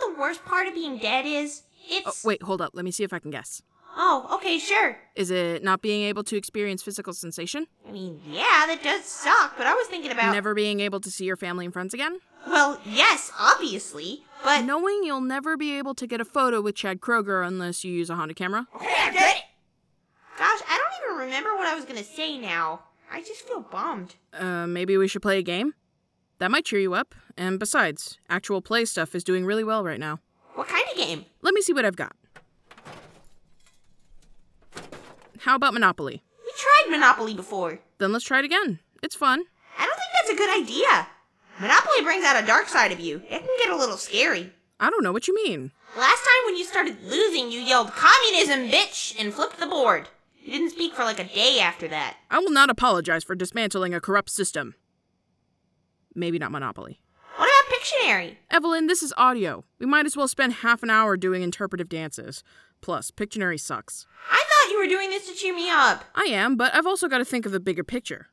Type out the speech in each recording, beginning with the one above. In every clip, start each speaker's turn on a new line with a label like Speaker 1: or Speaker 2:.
Speaker 1: the worst part of being dead is? It's.
Speaker 2: Oh, wait, hold up. Let me see if I can guess.
Speaker 1: Oh, okay, sure.
Speaker 2: Is it not being able to experience physical sensation?
Speaker 1: I mean, yeah, that does suck, but I was thinking about.
Speaker 2: Never being able to see your family and friends again?
Speaker 1: Well, yes, obviously, but.
Speaker 2: Knowing you'll never be able to get a photo with Chad Kroger unless you use a Honda camera?
Speaker 1: Okay, I did it! Gosh, I don't even remember what I was gonna say now. I just feel bummed.
Speaker 2: Uh, maybe we should play a game? That might cheer you up. And besides, actual play stuff is doing really well right now.
Speaker 1: What kind of game?
Speaker 2: Let me see what I've got. How about Monopoly?
Speaker 1: We tried Monopoly before.
Speaker 2: Then let's try it again. It's fun.
Speaker 1: I don't think that's a good idea. Monopoly brings out a dark side of you. It can get a little scary.
Speaker 2: I don't know what you mean.
Speaker 1: Last time when you started losing, you yelled communism, bitch, and flipped the board. You didn't speak for like a day after that.
Speaker 2: I will not apologize for dismantling a corrupt system. Maybe not Monopoly.
Speaker 1: What about Pictionary?
Speaker 2: Evelyn, this is audio. We might as well spend half an hour doing interpretive dances. Plus, Pictionary sucks.
Speaker 1: I thought you were doing this to cheer me up.
Speaker 2: I am, but I've also got to think of the bigger picture.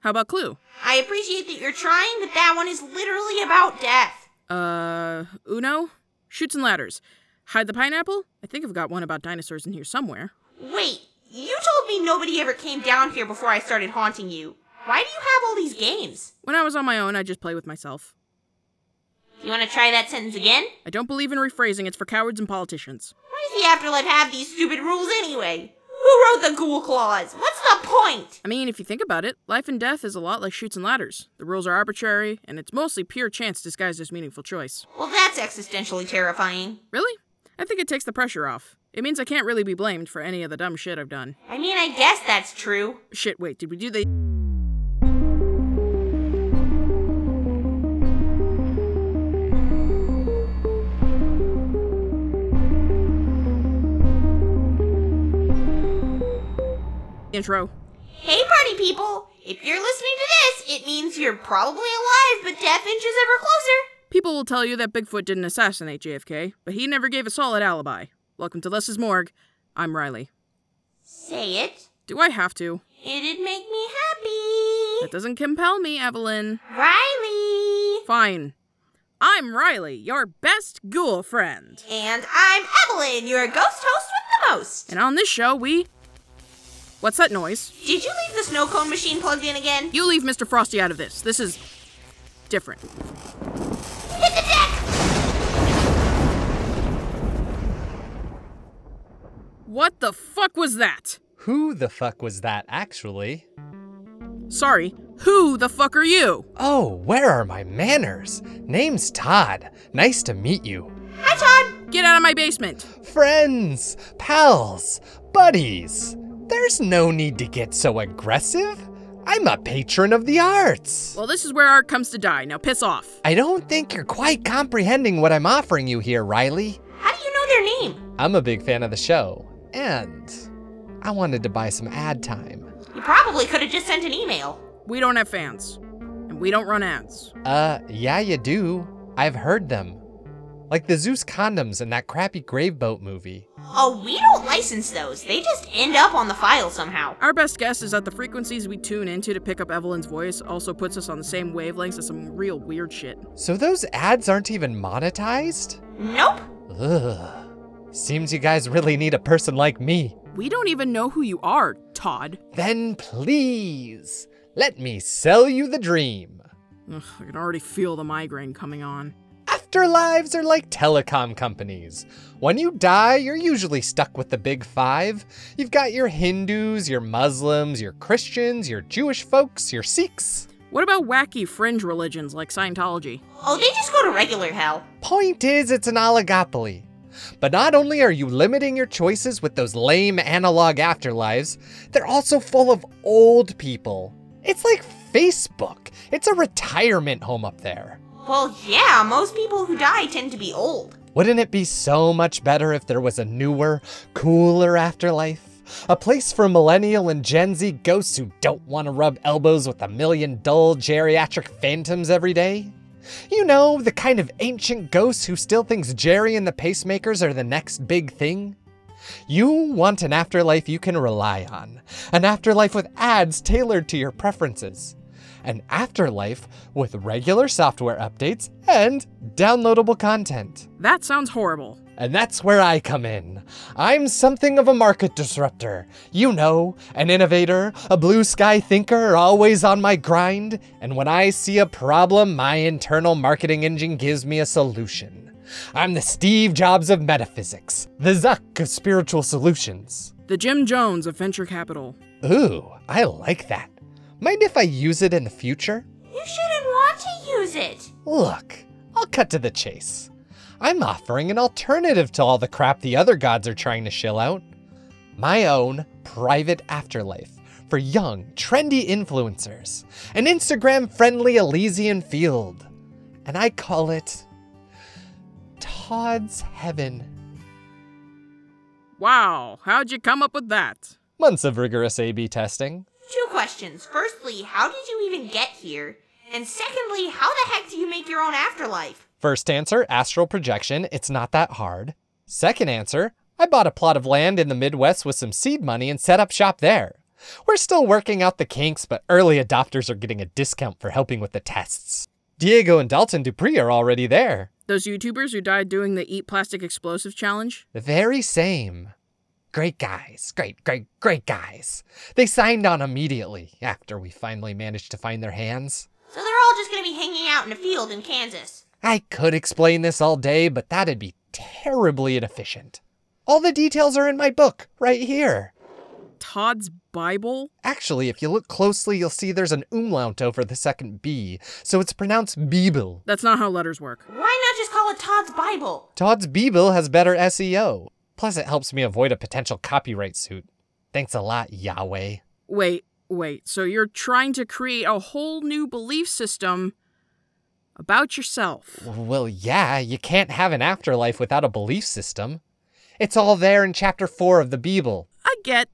Speaker 2: How about Clue?
Speaker 1: I appreciate that you're trying, but that one is literally about death.
Speaker 2: Uh, Uno? Shoots and ladders. Hide the pineapple? I think I've got one about dinosaurs in here somewhere.
Speaker 1: Wait, you told me nobody ever came down here before I started haunting you. Why do you have all these games?
Speaker 2: When I was on my own, I just play with myself.
Speaker 1: You want to try that sentence again?
Speaker 2: I don't believe in rephrasing, it's for cowards and politicians.
Speaker 1: Why does the afterlife have these stupid rules anyway? Who wrote the ghoul clause? What's the point?
Speaker 2: I mean, if you think about it, life and death is a lot like shoots and ladders. The rules are arbitrary, and it's mostly pure chance disguised as meaningful choice.
Speaker 1: Well, that's existentially terrifying.
Speaker 2: Really? I think it takes the pressure off. It means I can't really be blamed for any of the dumb shit I've done.
Speaker 1: I mean, I guess that's true.
Speaker 2: Shit, wait, did we do the. Intro.
Speaker 1: Hey, party people! If you're listening to this, it means you're probably alive, but death inches ever closer.
Speaker 2: People will tell you that Bigfoot didn't assassinate JFK, but he never gave a solid alibi. Welcome to Les's Morgue. I'm Riley.
Speaker 1: Say it.
Speaker 2: Do I have to?
Speaker 1: It'd make me happy.
Speaker 2: That doesn't compel me, Evelyn.
Speaker 1: Riley!
Speaker 2: Fine. I'm Riley, your best ghoul friend.
Speaker 1: And I'm Evelyn, your ghost host with the most.
Speaker 2: And on this show, we. What's that noise?
Speaker 1: Did you leave the snow cone machine plugged in again?
Speaker 2: You leave Mr. Frosty out of this. This is. different.
Speaker 1: Hit the deck!
Speaker 2: What the fuck was that?
Speaker 3: Who the fuck was that, actually?
Speaker 2: Sorry, who the fuck are you?
Speaker 3: Oh, where are my manners? Name's Todd. Nice to meet you.
Speaker 1: Hi, Todd!
Speaker 2: Get out of my basement.
Speaker 3: Friends, pals, buddies. There's no need to get so aggressive. I'm a patron of the arts.
Speaker 2: Well, this is where art comes to die. Now piss off.
Speaker 3: I don't think you're quite comprehending what I'm offering you here, Riley.
Speaker 1: How do you know their name?
Speaker 3: I'm a big fan of the show, and I wanted to buy some ad time.
Speaker 1: You probably could have just sent an email.
Speaker 2: We don't have fans, and we don't run ads.
Speaker 3: Uh, yeah, you do. I've heard them. Like the Zeus condoms in that crappy Grave Boat movie.
Speaker 1: Oh, we don't license those. They just end up on the file somehow.
Speaker 2: Our best guess is that the frequencies we tune into to pick up Evelyn's voice also puts us on the same wavelengths as some real weird shit.
Speaker 3: So those ads aren't even monetized?
Speaker 1: Nope.
Speaker 3: Ugh. Seems you guys really need a person like me.
Speaker 2: We don't even know who you are, Todd.
Speaker 3: Then please, let me sell you the dream.
Speaker 2: Ugh, I can already feel the migraine coming on.
Speaker 3: Afterlives are like telecom companies. When you die, you're usually stuck with the big five. You've got your Hindus, your Muslims, your Christians, your Jewish folks, your Sikhs.
Speaker 2: What about wacky fringe religions like Scientology?
Speaker 1: Oh, they just go to regular hell.
Speaker 3: Point is, it's an oligopoly. But not only are you limiting your choices with those lame analog afterlives, they're also full of old people. It's like Facebook, it's a retirement home up there.
Speaker 1: Well, yeah, most people who die tend to be old.
Speaker 3: Wouldn't it be so much better if there was a newer, cooler afterlife? A place for millennial and Gen Z ghosts who don't want to rub elbows with a million dull geriatric phantoms every day? You know, the kind of ancient ghosts who still thinks Jerry and the pacemakers are the next big thing? You want an afterlife you can rely on, an afterlife with ads tailored to your preferences. an afterlife with regular software updates and downloadable content.
Speaker 2: That sounds horrible.
Speaker 3: And that's where I come in. I'm something of a market disruptor. You know, an innovator, a blue sky thinker, always on my grind. And when I see a problem, my internal marketing engine gives me a solution. I'm the Steve Jobs of metaphysics, the Zuck of spiritual solutions.
Speaker 2: The Jim Jones of venture capital.
Speaker 3: Ooh, I like that. Mind if I use it in the future?
Speaker 1: You shouldn't want to use it.
Speaker 3: Look, I'll cut to the chase. I'm offering an alternative to all the crap the other gods are trying to shill out my own private afterlife for young, trendy influencers, an Instagram friendly Elysian field. And I call it Todd's Heaven.
Speaker 2: Wow, how'd you come up with that?
Speaker 3: Months of rigorous A B testing.
Speaker 1: Two questions. Firstly, how did you even get here? And secondly, how the heck do you make your own afterlife?
Speaker 3: First answer, astral projection. It's not that hard. Second answer, I bought a plot of land in the Midwest with some seed money and set up shop there. We're still working out the kinks, but early adopters are getting a discount for helping with the tests. Diego and Dalton Dupree are already there.
Speaker 2: Those YouTubers who died doing the Eat Plastic Explosive Challenge?
Speaker 3: The very same. Great guys, great, great, great guys. They signed on immediately after we finally managed to find their hands.
Speaker 1: So they're all just gonna be hanging out in a field in Kansas.
Speaker 3: I could explain this all day, but that'd be terribly inefficient. All the details are in my book, right here.
Speaker 2: Todd's Bible?
Speaker 3: Actually, if you look closely, you'll see there's an umlaut over the second B, so it's pronounced Beeble.
Speaker 2: That's not how letters work.
Speaker 1: Why not just call it Todd's Bible?
Speaker 3: Todd's Beeble has better SEO. Plus, it helps me avoid a potential copyright suit. Thanks a lot, Yahweh.
Speaker 2: Wait, wait. So you're trying to create a whole new belief system about yourself.
Speaker 3: Well, yeah, you can't have an afterlife without a belief system. It's all there in chapter 4 of the Beeble.
Speaker 2: I get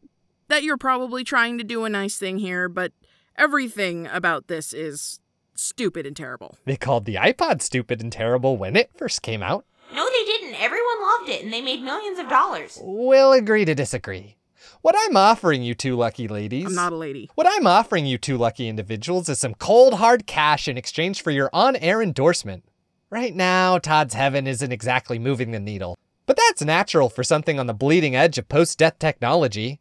Speaker 2: that you're probably trying to do a nice thing here, but everything about this is stupid and terrible.
Speaker 3: They called the iPod stupid and terrible when it first came out.
Speaker 1: No, they didn't. Everyone loved it and they made millions of dollars.
Speaker 3: We'll agree to disagree. What I'm offering you two lucky ladies.
Speaker 2: I'm not a lady.
Speaker 3: What I'm offering you two lucky individuals is some cold hard cash in exchange for your on air endorsement. Right now, Todd's Heaven isn't exactly moving the needle, but that's natural for something on the bleeding edge of post death technology.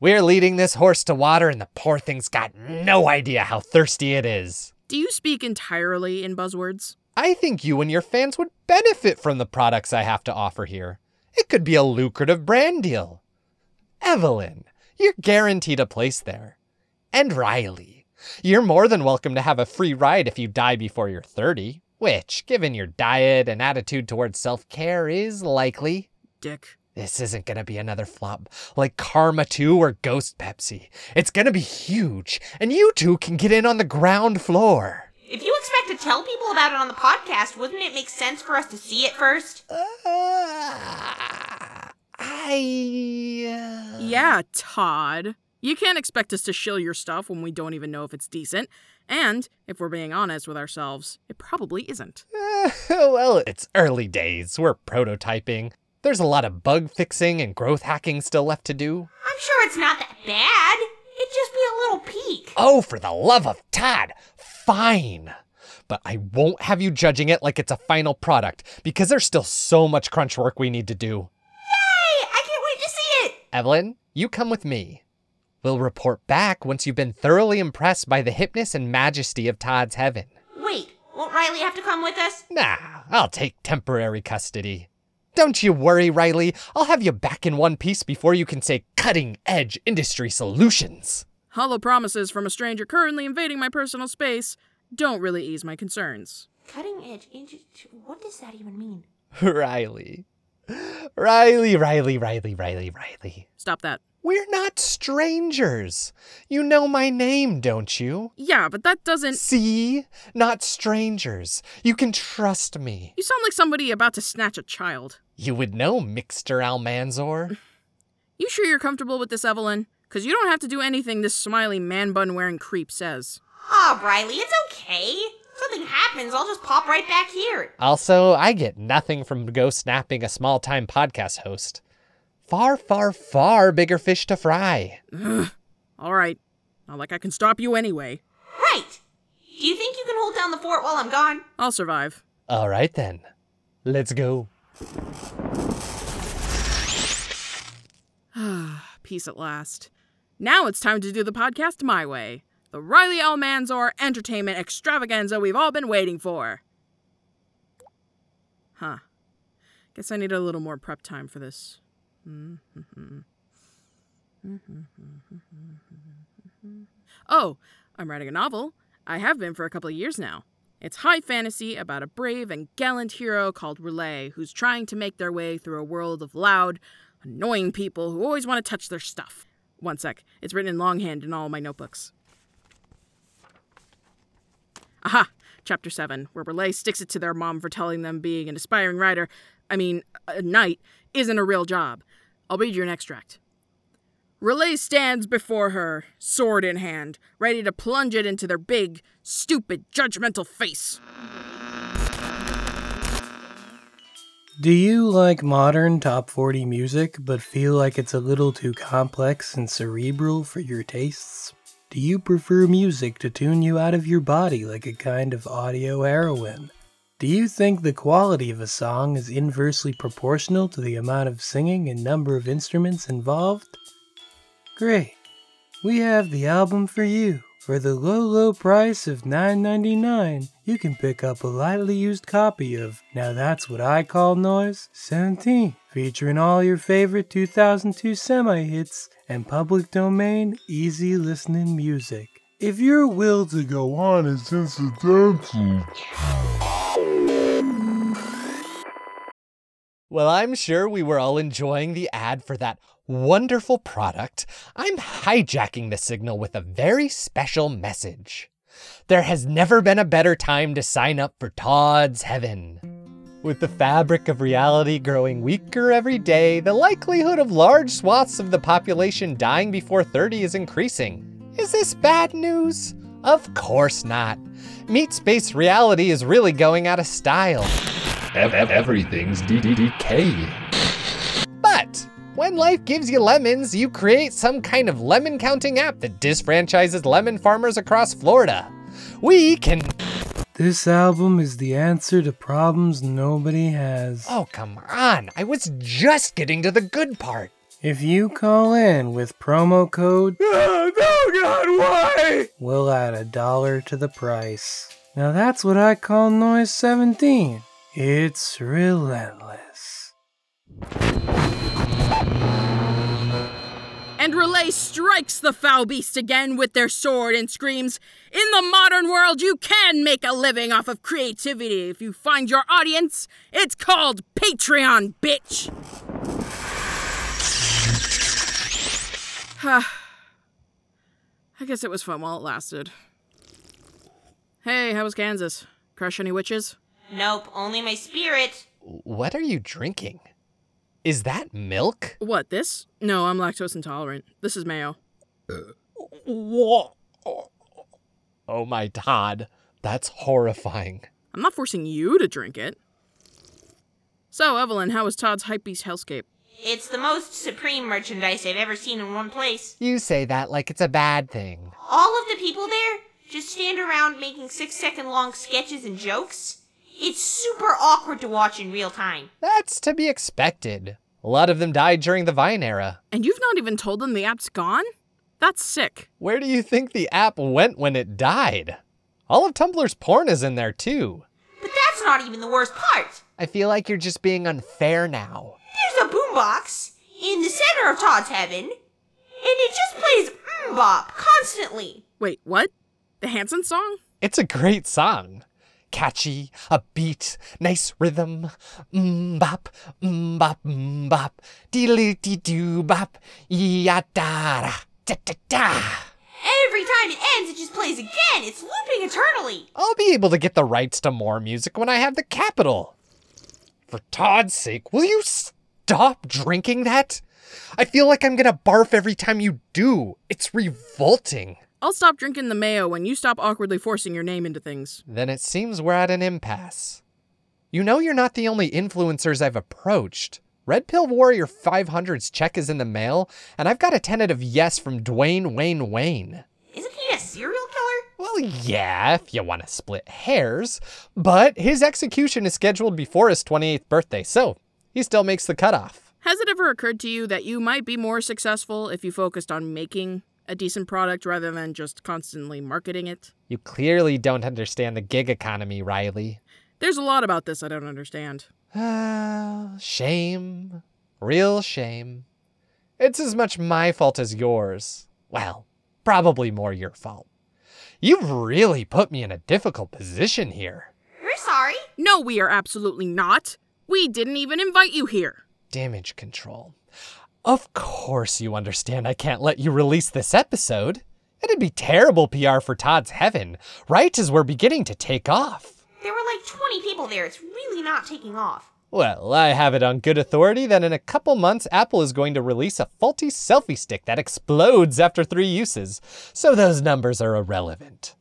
Speaker 3: We're leading this horse to water, and the poor thing's got no idea how thirsty it is.
Speaker 2: Do you speak entirely in buzzwords?
Speaker 3: I think you and your fans would benefit from the products I have to offer here. It could be a lucrative brand deal. Evelyn, you're guaranteed a place there. And Riley, you're more than welcome to have a free ride if you die before you're 30, which, given your diet and attitude towards self care, is likely.
Speaker 2: Dick.
Speaker 3: This isn't gonna be another flop like Karma 2 or Ghost Pepsi. It's gonna be huge, and you two can get in on the ground floor.
Speaker 1: If you expect to tell people about it on the podcast, wouldn't it make sense for us to see it first?
Speaker 3: Uh, I. uh,
Speaker 2: Yeah, Todd. You can't expect us to shill your stuff when we don't even know if it's decent. And, if we're being honest with ourselves, it probably isn't.
Speaker 3: Uh, well, it's early days. We're prototyping. There's a lot of bug fixing and growth hacking still left to do.
Speaker 1: I'm sure it's not that bad. It'd just be a little peek.
Speaker 3: Oh, for the love of Todd! Fine! But I won't have you judging it like it's a final product because there's still so much crunch work we need to do.
Speaker 1: Hey, I can't wait to see it!
Speaker 3: Evelyn, you come with me. We'll report back once you've been thoroughly impressed by the hipness and majesty of Todd's heaven.
Speaker 1: Wait, won't Riley have to come with us?
Speaker 3: Nah, I'll take temporary custody. Don't you worry, Riley. I'll have you back in one piece before you can say cutting edge industry solutions.
Speaker 2: Hollow promises from a stranger currently invading my personal space don't really ease my concerns.
Speaker 1: Cutting edge. inju- What does that even mean?
Speaker 3: Riley. Riley, Riley, Riley, Riley, Riley.
Speaker 2: Stop that.
Speaker 3: We're not strangers. You know my name, don't you?
Speaker 2: Yeah, but that doesn't.
Speaker 3: See? Not strangers. You can trust me.
Speaker 2: You sound like somebody about to snatch a child.
Speaker 3: You would know, Mixter Almanzor.
Speaker 2: You sure you're comfortable with this, Evelyn? Because you don't have to do anything this smiley man bun wearing creep says.
Speaker 1: Ah, Riley, it's okay. If something happens, I'll just pop right back here.
Speaker 3: Also, I get nothing from ghost snapping a small time podcast host. Far, far, far bigger fish to fry.
Speaker 2: All right. Not like I can stop you anyway.
Speaker 1: Right. Do you think you can hold down the fort while I'm gone?
Speaker 2: I'll survive.
Speaker 3: All right then, let's go.
Speaker 2: Peace at last. Now it's time to do the podcast my way. The Riley L. Manzor entertainment extravaganza we've all been waiting for. Huh. Guess I need a little more prep time for this. Oh, I'm writing a novel. I have been for a couple of years now. It's high fantasy about a brave and gallant hero called Relay who's trying to make their way through a world of loud, annoying people who always want to touch their stuff. One sec, it's written in longhand in all my notebooks. Aha! Chapter 7, where Relay sticks it to their mom for telling them being an aspiring writer, I mean, a knight, isn't a real job. I'll read you an extract. Relay stands before her, sword in hand, ready to plunge it into their big, stupid, judgmental face.
Speaker 4: Do you like modern top 40 music but feel like it's a little too complex and cerebral for your tastes? Do you prefer music to tune you out of your body like a kind of audio heroin? Do you think the quality of a song is inversely proportional to the amount of singing and number of instruments involved? Great. We have the album for you. For the low, low price of $9.99, you can pick up a lightly used copy of Now That's What I Call Noise 17, featuring all your favorite 2002 semi hits and public domain easy listening music. If your will to go on is incidental,
Speaker 3: Well, I'm sure we were all enjoying the ad for that wonderful product. I'm hijacking the signal with a very special message. There has never been a better time to sign up for Todd's Heaven. With the fabric of reality growing weaker every day, the likelihood of large swaths of the population dying before 30 is increasing. Is this bad news? Of course not. Meat space reality is really going out of style.
Speaker 5: Ev- ev- everything's DDDK.
Speaker 3: But when life gives you lemons, you create some kind of lemon counting app that disfranchises lemon farmers across Florida. We can.
Speaker 4: this album is the answer to problems nobody has.
Speaker 3: Oh, come on. I was just getting to the good part.
Speaker 4: If you call in with promo code
Speaker 3: No, Oh, God, why?
Speaker 4: We'll add a dollar to the price. Now that's what I call noise 17. It's relentless.
Speaker 2: And Relay strikes the foul beast again with their sword and screams, In the modern world, you can make a living off of creativity if you find your audience. It's called Patreon, bitch! I guess it was fun while it lasted. Hey, how was Kansas? Crush any witches?
Speaker 1: Nope, only my spirit.
Speaker 3: What are you drinking? Is that milk?
Speaker 2: What, this? No, I'm lactose intolerant. This is mayo.
Speaker 3: What? Oh my Todd, that's horrifying.
Speaker 2: I'm not forcing you to drink it. So, Evelyn, how was Todd's Hypebeast Hellscape?
Speaker 1: It's the most supreme merchandise I've ever seen in one place.
Speaker 3: You say that like it's a bad thing.
Speaker 1: All of the people there just stand around making six second long sketches and jokes. It's super awkward to watch in real time.
Speaker 3: That's to be expected. A lot of them died during the Vine era.
Speaker 2: And you've not even told them the app's gone? That's sick.
Speaker 3: Where do you think the app went when it died? All of Tumblr's porn is in there too.
Speaker 1: But that's not even the worst part.
Speaker 3: I feel like you're just being unfair now.
Speaker 1: There's a boombox in the center of Todd's heaven, and it just plays mbop constantly.
Speaker 2: Wait, what? The Hanson song?
Speaker 3: It's a great song. Catchy, upbeat, nice rhythm. Mbop, mbop, mbop. Deedly dee doo bop. Ya da da. Da da da.
Speaker 1: Every time it ends, it just plays again. It's looping eternally.
Speaker 3: I'll be able to get the rights to more music when I have the capital. For Todd's sake, will you stop drinking that? I feel like I'm gonna barf every time you do. It's revolting.
Speaker 2: I'll stop drinking the mayo when you stop awkwardly forcing your name into things.
Speaker 3: Then it seems we're at an impasse. You know you're not the only influencers I've approached. Red Pill Warrior 500's check is in the mail, and I've got a tentative yes from Dwayne Wayne Wayne.
Speaker 1: Isn't he a serial killer?
Speaker 3: Well, Well, yeah, if you want to split hairs, but his execution is scheduled before his 28th birthday, so he still makes the cutoff.
Speaker 2: Has it ever occurred to you that you might be more successful if you focused on making a decent product rather than just constantly marketing it?
Speaker 3: You clearly don't understand the gig economy, Riley.
Speaker 2: There's a lot about this I don't understand.
Speaker 3: Ah, shame. Real shame. It's as much my fault as yours. Well, probably more your fault. You've really put me in a difficult position here.
Speaker 1: We're sorry.
Speaker 2: No, we are absolutely not. We didn't even invite you here.
Speaker 3: Damage control. Of course, you understand I can't let you release this episode. It'd be terrible PR for Todd's Heaven, right as we're beginning to take off.
Speaker 1: There were like 20 people there. It's really not taking off.
Speaker 3: Well, I have it on good authority that in a couple months, Apple is going to release a faulty selfie stick that explodes after three uses, so those numbers are irrelevant.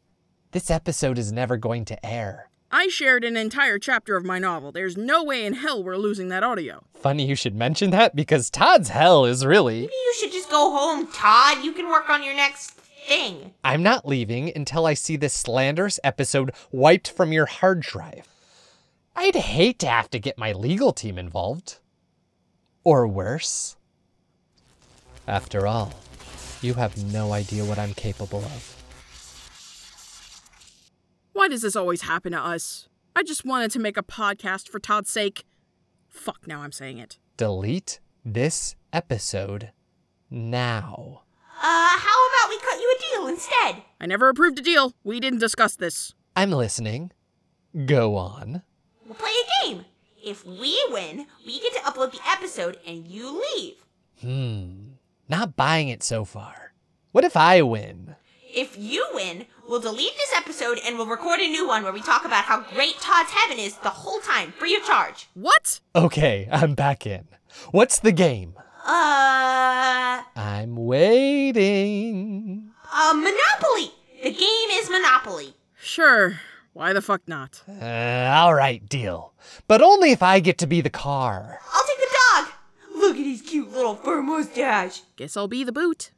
Speaker 3: This episode is never going to air.
Speaker 2: I shared an entire chapter of my novel. There's no way in hell we're losing that audio.
Speaker 3: Funny you should mention that because Todd's hell is really.
Speaker 1: Maybe you should just go home, Todd. You can work on your next thing.
Speaker 3: I'm not leaving until I see this slanderous episode wiped from your hard drive. I'd hate to have to get my legal team involved. Or worse. After all, you have no idea what I'm capable of.
Speaker 2: Why does this always happen to us? I just wanted to make a podcast for Todd's sake. Fuck, now I'm saying it.
Speaker 3: Delete this episode now.
Speaker 1: Uh, how about we cut you a deal instead?
Speaker 2: I never approved a deal. We didn't discuss this.
Speaker 3: I'm listening. Go on.
Speaker 1: We'll play a game. If we win, we get to upload the episode and you leave.
Speaker 3: Hmm. Not buying it so far. What if I win?
Speaker 1: If you win, we'll delete this episode and we'll record a new one where we talk about how great Todd's Heaven is the whole time, free of charge.
Speaker 2: What?
Speaker 3: Okay, I'm back in. What's the game?
Speaker 1: Uh,
Speaker 3: I'm waiting.
Speaker 1: uh, Monopoly! The game is Monopoly.
Speaker 2: Sure. Why the fuck not?
Speaker 3: Uh, all right, deal. But only if I get to be the car.
Speaker 1: I'll take the dog! Look at his cute little fur mustache.
Speaker 2: Guess I'll be the boot.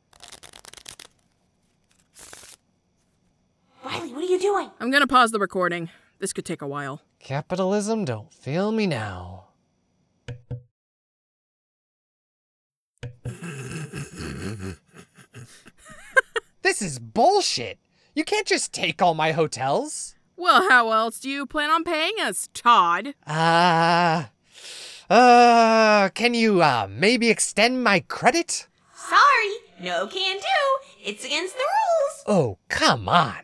Speaker 1: Riley, what are you doing?
Speaker 2: I'm gonna pause the recording. This could take a while.
Speaker 3: Capitalism, don't fail me now. this is bullshit. You can't just take all my hotels.
Speaker 2: Well, how else do you plan on paying us, Todd?
Speaker 3: Ah. uh, can you uh, maybe extend my credit?
Speaker 1: Sorry, no can do. It's against the rules.
Speaker 3: Oh, come on.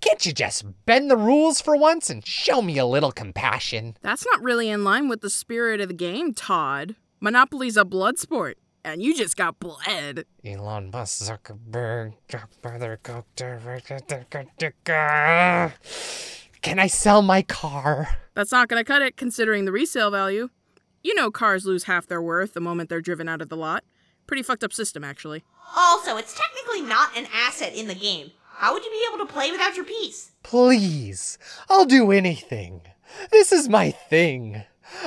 Speaker 3: Can't you just bend the rules for once and show me a little compassion?
Speaker 2: That's not really in line with the spirit of the game, Todd. Monopoly's a blood sport, and you just got bled.
Speaker 3: Elon Musk, Zuckerberg, brother, Can I sell my car?
Speaker 2: That's not gonna cut it, considering the resale value. You know cars lose half their worth the moment they're driven out of the lot. Pretty fucked up system, actually.
Speaker 1: Also, it's technically not an asset in the game. How would you be able to play without your piece?
Speaker 3: Please, I'll do anything. This is my thing.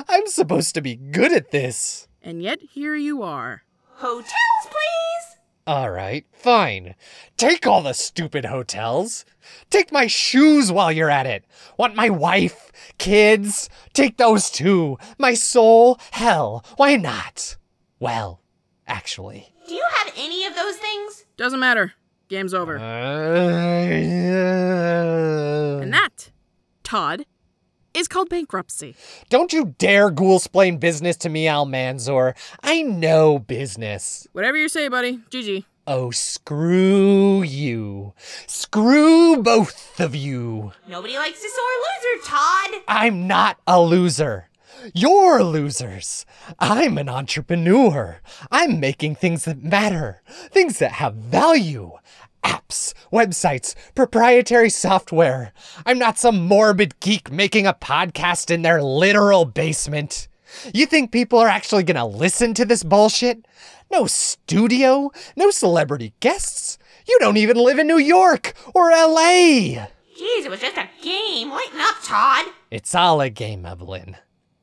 Speaker 3: I'm supposed to be good at this.
Speaker 2: And yet, here you are.
Speaker 1: Hotels, please!
Speaker 3: All right, fine. Take all the stupid hotels. Take my shoes while you're at it. Want my wife, kids? Take those too. My soul, hell, why not? Well, actually.
Speaker 1: Do you have any of those things?
Speaker 2: Doesn't matter. Game's over.
Speaker 3: Uh.
Speaker 2: and that, Todd, is called bankruptcy.
Speaker 3: Don't you dare ghoulsplain business to me, Almanzor. I know business.
Speaker 2: Whatever you say, buddy. GG.
Speaker 3: Oh, screw you. Screw both of you.
Speaker 1: Nobody likes a sore loser, Todd!
Speaker 3: I'm not a loser. You're losers. I'm an entrepreneur. I'm making things that matter, things that have value. Apps, websites, proprietary software. I'm not some morbid geek making a podcast in their literal basement. You think people are actually going to listen to this bullshit? No studio, no celebrity guests. You don't even live in New York or LA.
Speaker 1: Jeez, it was just a game. Lighten up, Todd.
Speaker 3: It's all a game, Evelyn.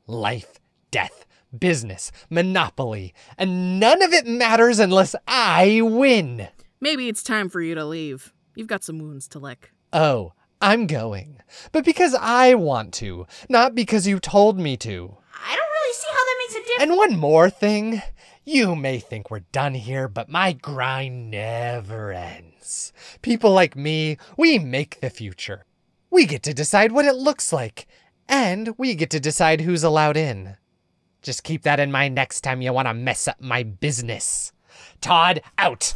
Speaker 3: Life, death, business, monopoly, and none of it matters unless I win.
Speaker 2: Maybe it's time for you to leave. You've got some wounds to lick.
Speaker 3: Oh, I'm going. But because I want to, not because you told me to.
Speaker 1: I don't really see how that makes a difference.
Speaker 3: And one more thing. You may think we're done here, but my grind never ends. People like me, we make the future. We get to decide what it looks like, and we get to decide who's allowed in. Just keep that in mind next time you want to mess up my business. Todd, out!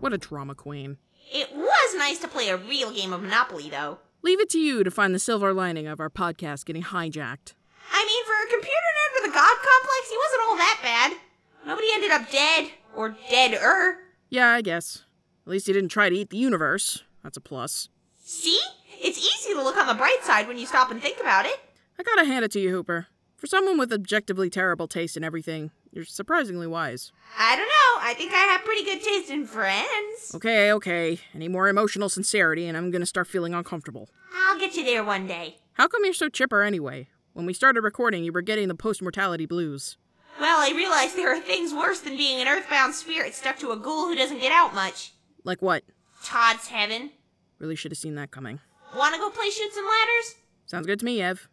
Speaker 2: What a drama queen.
Speaker 1: It was nice to play a real game of Monopoly, though.
Speaker 2: Leave it to you to find the silver lining of our podcast getting hijacked.
Speaker 1: I mean, for a computer nerd with a god complex, he wasn't all that bad. Nobody ended up dead, or dead-er.
Speaker 2: Yeah, I guess. At least you didn't try to eat the universe. That's a plus.
Speaker 1: See? It's easy to look on the bright side when you stop and think about it.
Speaker 2: I gotta hand it to you, Hooper. For someone with objectively terrible taste in everything, you're surprisingly wise.
Speaker 1: I don't know, I think I have pretty good taste in friends.
Speaker 2: Okay, okay. Any more emotional sincerity, and I'm gonna start feeling uncomfortable.
Speaker 1: I'll get you there one day.
Speaker 2: How come you're so chipper anyway? When we started recording, you were getting the post mortality blues.
Speaker 1: Well, I realize there are things worse than being an earthbound spirit stuck to a ghoul who doesn't get out much.
Speaker 2: Like what?
Speaker 1: Todd's heaven.
Speaker 2: Really should have seen that coming.
Speaker 1: Wanna go play shoots and ladders?
Speaker 2: Sounds good to me, Ev.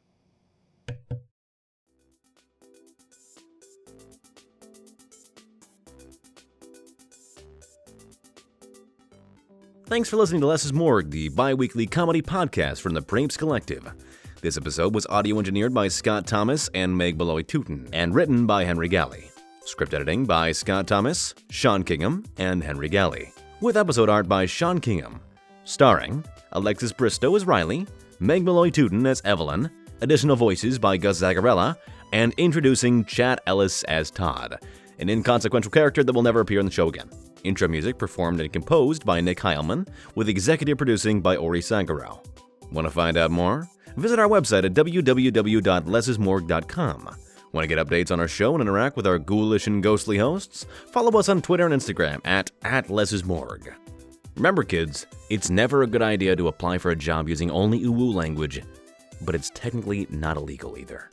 Speaker 6: Thanks for listening to Less is Morgue, the bi weekly comedy podcast from the Prapes Collective. This episode was audio engineered by Scott Thomas and Meg Beloy Tootin, and written by Henry Galley. Script editing by Scott Thomas, Sean Kingham, and Henry Galley, with episode art by Sean Kingham. Starring Alexis Bristow as Riley, Meg Beloy Tootin as Evelyn, additional voices by Gus Zagarella, and introducing Chad Ellis as Todd, an inconsequential character that will never appear in the show again. Intro music performed and composed by Nick Heilman, with executive producing by Ori Sangarow. Want to find out more? Visit our website at www.lesismorg.com. Want to get updates on our show and interact with our ghoulish and ghostly hosts? Follow us on Twitter and Instagram at, at lesismorg. Remember, kids, it's never a good idea to apply for a job using only Uwu language, but it's technically not illegal either.